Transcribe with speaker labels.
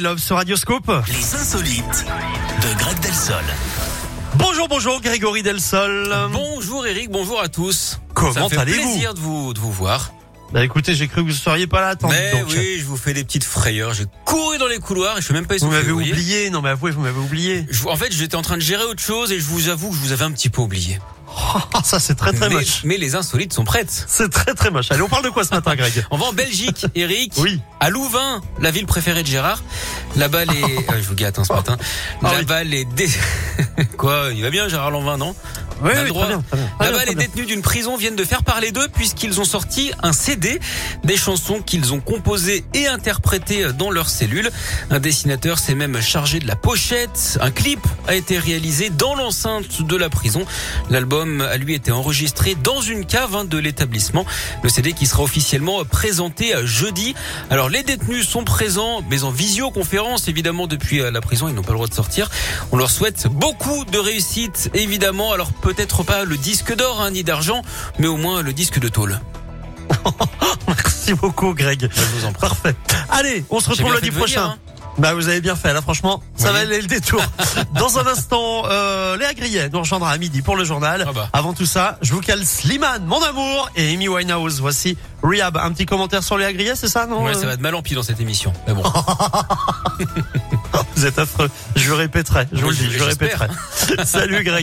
Speaker 1: Love sur Radioscope.
Speaker 2: Les insolites de Greg Delsol.
Speaker 1: Bonjour, bonjour, Grégory Delsol.
Speaker 3: Bonjour Eric, bonjour à tous.
Speaker 1: Comment
Speaker 3: Ça fait
Speaker 1: allez-vous
Speaker 3: plaisir de vous, de vous voir.
Speaker 1: Bah écoutez, j'ai cru que vous ne seriez pas là, tant
Speaker 3: Mais
Speaker 1: pis, donc.
Speaker 3: oui, je vous fais des petites frayeurs. J'ai couru dans les couloirs et je suis même pas
Speaker 1: Vous
Speaker 3: essoufflé.
Speaker 1: m'avez
Speaker 3: voyez.
Speaker 1: oublié, non mais avouez, vous m'avez oublié.
Speaker 3: Je vous- en fait, j'étais en train de gérer autre chose et je vous avoue que je vous avais un petit peu oublié.
Speaker 1: Ah, ça c'est très très
Speaker 3: mais,
Speaker 1: moche.
Speaker 3: mais les insolites sont prêtes.
Speaker 1: C'est très très moche. Allez, on parle de quoi ce matin, Greg
Speaker 3: On va en Belgique, Eric.
Speaker 1: Oui.
Speaker 3: À Louvain, la ville préférée de Gérard. Là-bas les, Ah, je vous gâte hein, ce matin.
Speaker 1: Ah oui.
Speaker 3: Là-bas les dé... quoi, il va bien Gérard Lanvin, non
Speaker 1: Oui,
Speaker 3: a
Speaker 1: oui,
Speaker 3: droit.
Speaker 1: très bien, très bien. Très bien,
Speaker 3: Là-bas,
Speaker 1: Ah, très bien.
Speaker 3: les Ah, détenus d'une prison viennent de faire parler d'eux puisqu'ils ont sorti un CD, des chansons qu'ils ont composées et interprétées dans leur cellule. Un dessinateur s'est même chargé de la pochette. Un clip a été réalisé dans l'enceinte de la prison. L'album a lui été enregistré dans une cave hein, de l'établissement. Le CD qui sera officiellement présenté euh, jeudi. Alors, les détenus sont présents, mais en visioconférence, évidemment, depuis euh, la prison. Ils n'ont pas le droit de sortir. On leur souhaite beaucoup de réussite, évidemment. Alors peut-être pas le disque d'or hein, ni d'argent, mais au moins le disque de tôle.
Speaker 1: Merci beaucoup, Greg.
Speaker 3: Je vous en prie.
Speaker 1: Parfait. Allez, on se
Speaker 3: J'ai
Speaker 1: retrouve
Speaker 3: bien
Speaker 1: lundi
Speaker 3: fait de venir,
Speaker 1: prochain.
Speaker 3: hein.
Speaker 1: Bah vous avez bien fait, là franchement, ça
Speaker 3: Oui.
Speaker 1: va aller le détour. Dans un instant, euh, Léa Grillet nous rejoindra à midi pour le journal.
Speaker 3: Ah bah.
Speaker 1: Avant tout ça, je vous cale Slimane, mon amour, et Amy Winehouse. Voici Rehab. Un petit commentaire sur Léa Grillet, c'est ça non euh,
Speaker 3: Ouais, ça va de mal en pis dans cette émission. Mais bon.
Speaker 1: Vous êtes affreux. Je le répéterai, je vous le dis, je le
Speaker 3: J'espère.
Speaker 1: répéterai. Salut Greg.